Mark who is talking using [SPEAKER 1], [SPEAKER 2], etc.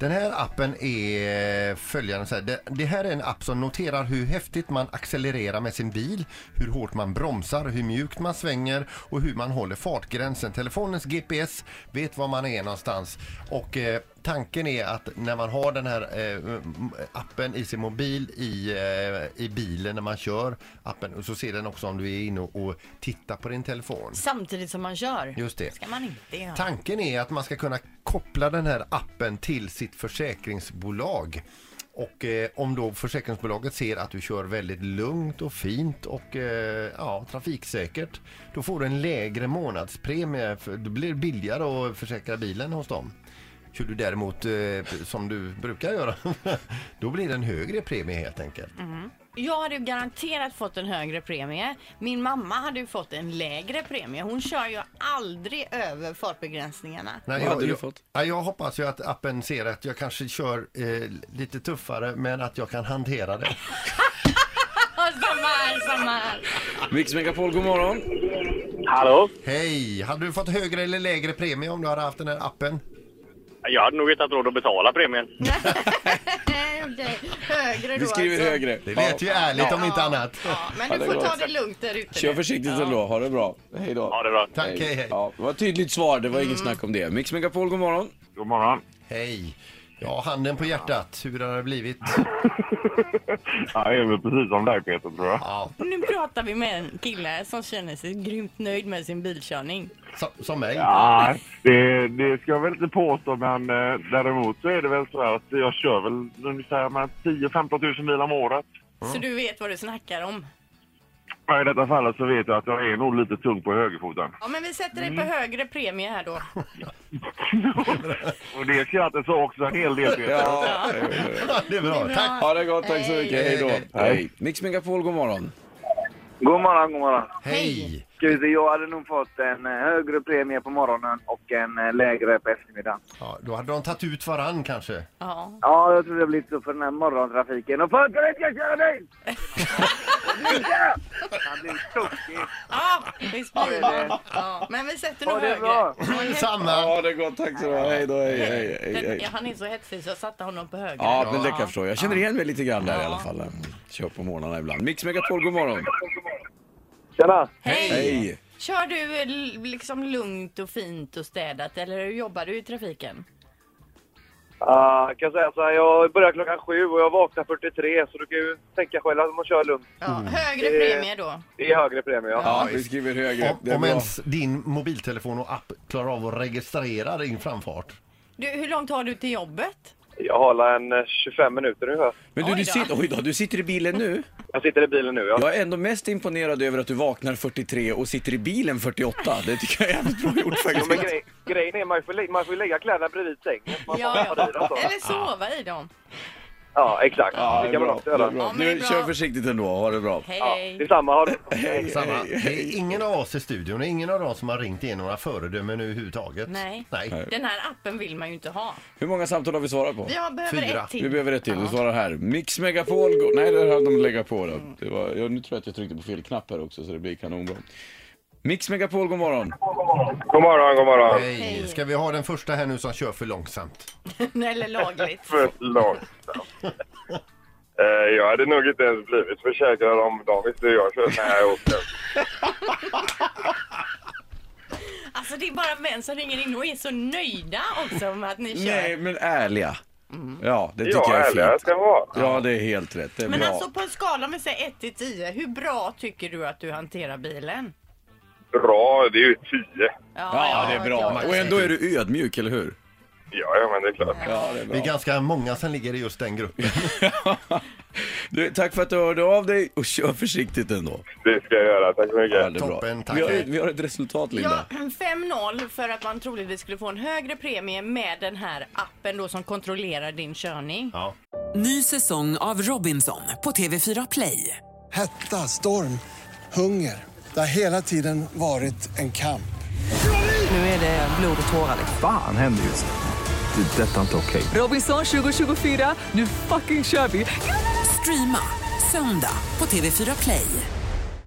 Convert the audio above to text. [SPEAKER 1] Den här appen är följande så här. Det, det här är en app som noterar hur häftigt man accelererar med sin bil, hur hårt man bromsar, hur mjukt man svänger och hur man håller fartgränsen. Telefonens GPS vet var man är någonstans och eh, Tanken är att när man har den här eh, m- appen i sin mobil i, eh, i bilen när man kör appen så ser den också om du är inne och, och tittar på din telefon.
[SPEAKER 2] Samtidigt som man kör.
[SPEAKER 1] Just det.
[SPEAKER 2] ska man inte göra.
[SPEAKER 1] Tanken är att man ska kunna koppla den här appen till sitt försäkringsbolag. Och eh, om då försäkringsbolaget ser att du kör väldigt lugnt och fint och eh, ja, trafiksäkert, då får du en lägre månadspremie. För det blir billigare att försäkra bilen hos dem. Kör du däremot eh, som du brukar göra, då blir det en högre premie helt enkelt.
[SPEAKER 2] Jag hade ju garanterat fått en högre premie. Min mamma hade ju fått en lägre premie. Hon kör ju aldrig över fartbegränsningarna.
[SPEAKER 1] Nej, jag, jag, Ja, jag hoppas ju att appen ser att jag kanske kör eh, lite tuffare men att jag kan hantera det.
[SPEAKER 2] Samma här, samma här.
[SPEAKER 3] Mix Megapol, god morgon.
[SPEAKER 4] Hallå?
[SPEAKER 1] Hej! Hade du fått högre eller lägre premie om du hade haft den här appen?
[SPEAKER 4] Jag hade nog inte haft råd att betala premien.
[SPEAKER 2] Nej, okej. Högre då
[SPEAKER 3] Vi skriver
[SPEAKER 2] alltså.
[SPEAKER 3] högre.
[SPEAKER 1] Det lät ju ärligt om inte annat.
[SPEAKER 2] Ja, men
[SPEAKER 3] Ja, det
[SPEAKER 2] du
[SPEAKER 3] är
[SPEAKER 2] får
[SPEAKER 3] bra.
[SPEAKER 2] ta det lugnt där ute.
[SPEAKER 3] Kör
[SPEAKER 2] nu.
[SPEAKER 3] försiktigt ändå. Ha det bra. Hej Mm. då.
[SPEAKER 4] Ja, det är bra.
[SPEAKER 1] Tack, hej, hej.
[SPEAKER 3] Ja, det var ett tydligt svar. Det var inget snack om det. Mix Megapol, god morgon.
[SPEAKER 4] God morgon.
[SPEAKER 1] Hej! Ja, handen på hjärtat. Hur har det blivit?
[SPEAKER 4] Ja, jag är väl precis som dig Peter tror jag.
[SPEAKER 1] Ja,
[SPEAKER 2] Och Nu pratar vi med en kille som känner sig grymt nöjd med sin bilkörning.
[SPEAKER 1] som, som mig.
[SPEAKER 4] Ja, det, det ska jag väl inte påstå men eh, däremot så är det väl så här att jag kör väl ungefär med 10-15 000 mil om året.
[SPEAKER 2] Så du vet vad du snackar om.
[SPEAKER 4] Ja, I detta fallet så vet jag att jag är nog lite tung på högerfoten.
[SPEAKER 2] Ja, men vi sätter dig på högre premie här då.
[SPEAKER 4] Och det skrattet sa också en hel del Peter.
[SPEAKER 3] Ja,
[SPEAKER 1] Det är bra. Tack!
[SPEAKER 3] ha det gott. Tack så mycket. Hej då.
[SPEAKER 1] Hej.
[SPEAKER 3] Hej. Mix Megapol, god morgon.
[SPEAKER 5] God morgon, god morgon.
[SPEAKER 1] Hej!
[SPEAKER 5] Ska vi se, jag hade nog fått en eh, högre premie på morgonen och en eh, lägre på eftermiddagen.
[SPEAKER 1] Ja, då hade de tagit ut varann kanske.
[SPEAKER 2] Ja.
[SPEAKER 5] Ja, jag tror det har blivit så för den här morgontrafiken. Och för att jag köra bil! Han blir tokig.
[SPEAKER 2] Ja, visst blir det. Ja. Men vi sätter
[SPEAKER 5] Ha
[SPEAKER 2] nog
[SPEAKER 5] det
[SPEAKER 2] högre.
[SPEAKER 5] bra!
[SPEAKER 1] Samma!
[SPEAKER 3] Ha det gott. Tack så mycket. Hej då. Hej, hej, hej,
[SPEAKER 2] Den,
[SPEAKER 3] hej.
[SPEAKER 2] han är så hetsig så jag satte honom på högre.
[SPEAKER 3] Ja, men det kan jag förstå. Jag känner igen mig lite grann där i alla fall. Kör på morgnarna ibland. Mix Megapol, god morgon.
[SPEAKER 5] Tjena!
[SPEAKER 2] Hej!
[SPEAKER 3] Hej.
[SPEAKER 2] Kör du l- liksom lugnt och fint och städat eller jobbar du i trafiken?
[SPEAKER 5] Uh, kan jag säga så här, jag börjar klockan sju och jag vaknar 43 så du kan ju tänka själv att man kör lugnt.
[SPEAKER 2] Ja, Högre premie då.
[SPEAKER 5] Det är högre premie, ja.
[SPEAKER 3] Ja, vi skriver högre.
[SPEAKER 1] Om,
[SPEAKER 3] Det är
[SPEAKER 1] om
[SPEAKER 3] bra.
[SPEAKER 1] ens din mobiltelefon och app klarar av att registrera din framfart.
[SPEAKER 2] Du, hur långt har du till jobbet?
[SPEAKER 5] Jag har en eh, 25 minuter nu.
[SPEAKER 3] Men du,
[SPEAKER 2] Oj då.
[SPEAKER 3] du, sitter, oj då, du sitter i bilen nu.
[SPEAKER 5] Jag sitter i bilen nu, ja.
[SPEAKER 3] Jag är ändå mest imponerad över att du vaknar 43 och sitter i bilen 48. Det tycker jag är jävligt bra gjort
[SPEAKER 5] Jo, men
[SPEAKER 3] faktiskt.
[SPEAKER 5] grej, grejen är man får, lä- man får lägga kläderna bredvid sängen. så Man
[SPEAKER 2] Ja,
[SPEAKER 5] får ta i dem så.
[SPEAKER 2] Eller sova i dem.
[SPEAKER 5] Ja, exakt.
[SPEAKER 3] Ja,
[SPEAKER 5] det
[SPEAKER 3] det är
[SPEAKER 5] kan man
[SPEAKER 3] bra.
[SPEAKER 5] också
[SPEAKER 3] Det är
[SPEAKER 5] göra.
[SPEAKER 3] bra.
[SPEAKER 2] Ja, men det är
[SPEAKER 3] Nu
[SPEAKER 2] bra.
[SPEAKER 3] kör försiktigt ändå. Ha det bra.
[SPEAKER 2] Hej,
[SPEAKER 5] Ja,
[SPEAKER 2] hej.
[SPEAKER 5] detsamma. Ha det.
[SPEAKER 3] Hej,
[SPEAKER 1] Samma.
[SPEAKER 3] hej,
[SPEAKER 1] Det är
[SPEAKER 3] hej.
[SPEAKER 1] ingen av oss i studion, det är ingen av dem som har ringt in några föredömen överhuvudtaget.
[SPEAKER 2] Nej.
[SPEAKER 1] Nej.
[SPEAKER 2] Den här appen vill man ju inte ha.
[SPEAKER 3] Hur många samtal har vi svarat på?
[SPEAKER 2] Vi har, behöver
[SPEAKER 1] Fyra.
[SPEAKER 2] ett
[SPEAKER 3] Vi
[SPEAKER 2] till.
[SPEAKER 3] behöver ett till. Du svarar här. Mix Megapol. Go- Nej, där hade de lägga på
[SPEAKER 2] Mm.
[SPEAKER 3] då. det. Var... Ja, nu tror jag att jag tryckte på fel knapp här också så det blir kanonbra. Mix Megapol, god morgon.
[SPEAKER 5] God morgon, god morgon.
[SPEAKER 1] Hej! Ska vi ha den första här nu som kör för långsamt?
[SPEAKER 2] Eller lagligt.
[SPEAKER 4] Förlåt. Eh, Jag hade nog inte ens blivit försäkrad om de visste hur jag kör. Nej, jag åker.
[SPEAKER 2] Alltså det är bara män som ringer in och är så nöjda också med att ni kör.
[SPEAKER 3] Nej, men ärliga. Ja, det tycker
[SPEAKER 4] Ja,
[SPEAKER 3] jag är
[SPEAKER 4] ärliga
[SPEAKER 3] fint.
[SPEAKER 4] ska jag vara.
[SPEAKER 3] Ja, det är helt rätt. Det är
[SPEAKER 2] Mm. Men
[SPEAKER 3] bra.
[SPEAKER 2] alltså på en skala om vi säger 1 till 10, hur bra tycker du att du hanterar bilen?
[SPEAKER 4] Bra, det är ju 10.
[SPEAKER 3] Ja, det är bra.
[SPEAKER 2] klart.
[SPEAKER 3] Och ändå är du ödmjuk, eller hur?
[SPEAKER 4] Ja, ja, men det är klart.
[SPEAKER 3] Ja, det är bra.
[SPEAKER 1] Det är ganska många som ligger i just den gruppen.
[SPEAKER 3] Du, tack för att du hörde av dig och kör försiktigt ändå.
[SPEAKER 4] Det ska jag göra. Tack så mycket.
[SPEAKER 3] det är
[SPEAKER 1] Toppen, tack.
[SPEAKER 3] Vi har, vi har ett resultat
[SPEAKER 2] Ja,
[SPEAKER 3] Linda.
[SPEAKER 2] 5-0 för att man troligtvis skulle få en högre premie med den här appen då som kontrollerar din körning.
[SPEAKER 1] Ja.
[SPEAKER 6] Ny säsong av Robinson på TV4 Play.
[SPEAKER 7] Hetta, storm, hunger. Det har hela tiden varit en kamp.
[SPEAKER 6] Nu är det blod och tårar. liksom.
[SPEAKER 8] Fan händer just nu. Det. är Detta är inte okej.
[SPEAKER 6] Robinson 2024, nu fucking kör vi! Streama söndag på TV4 Play.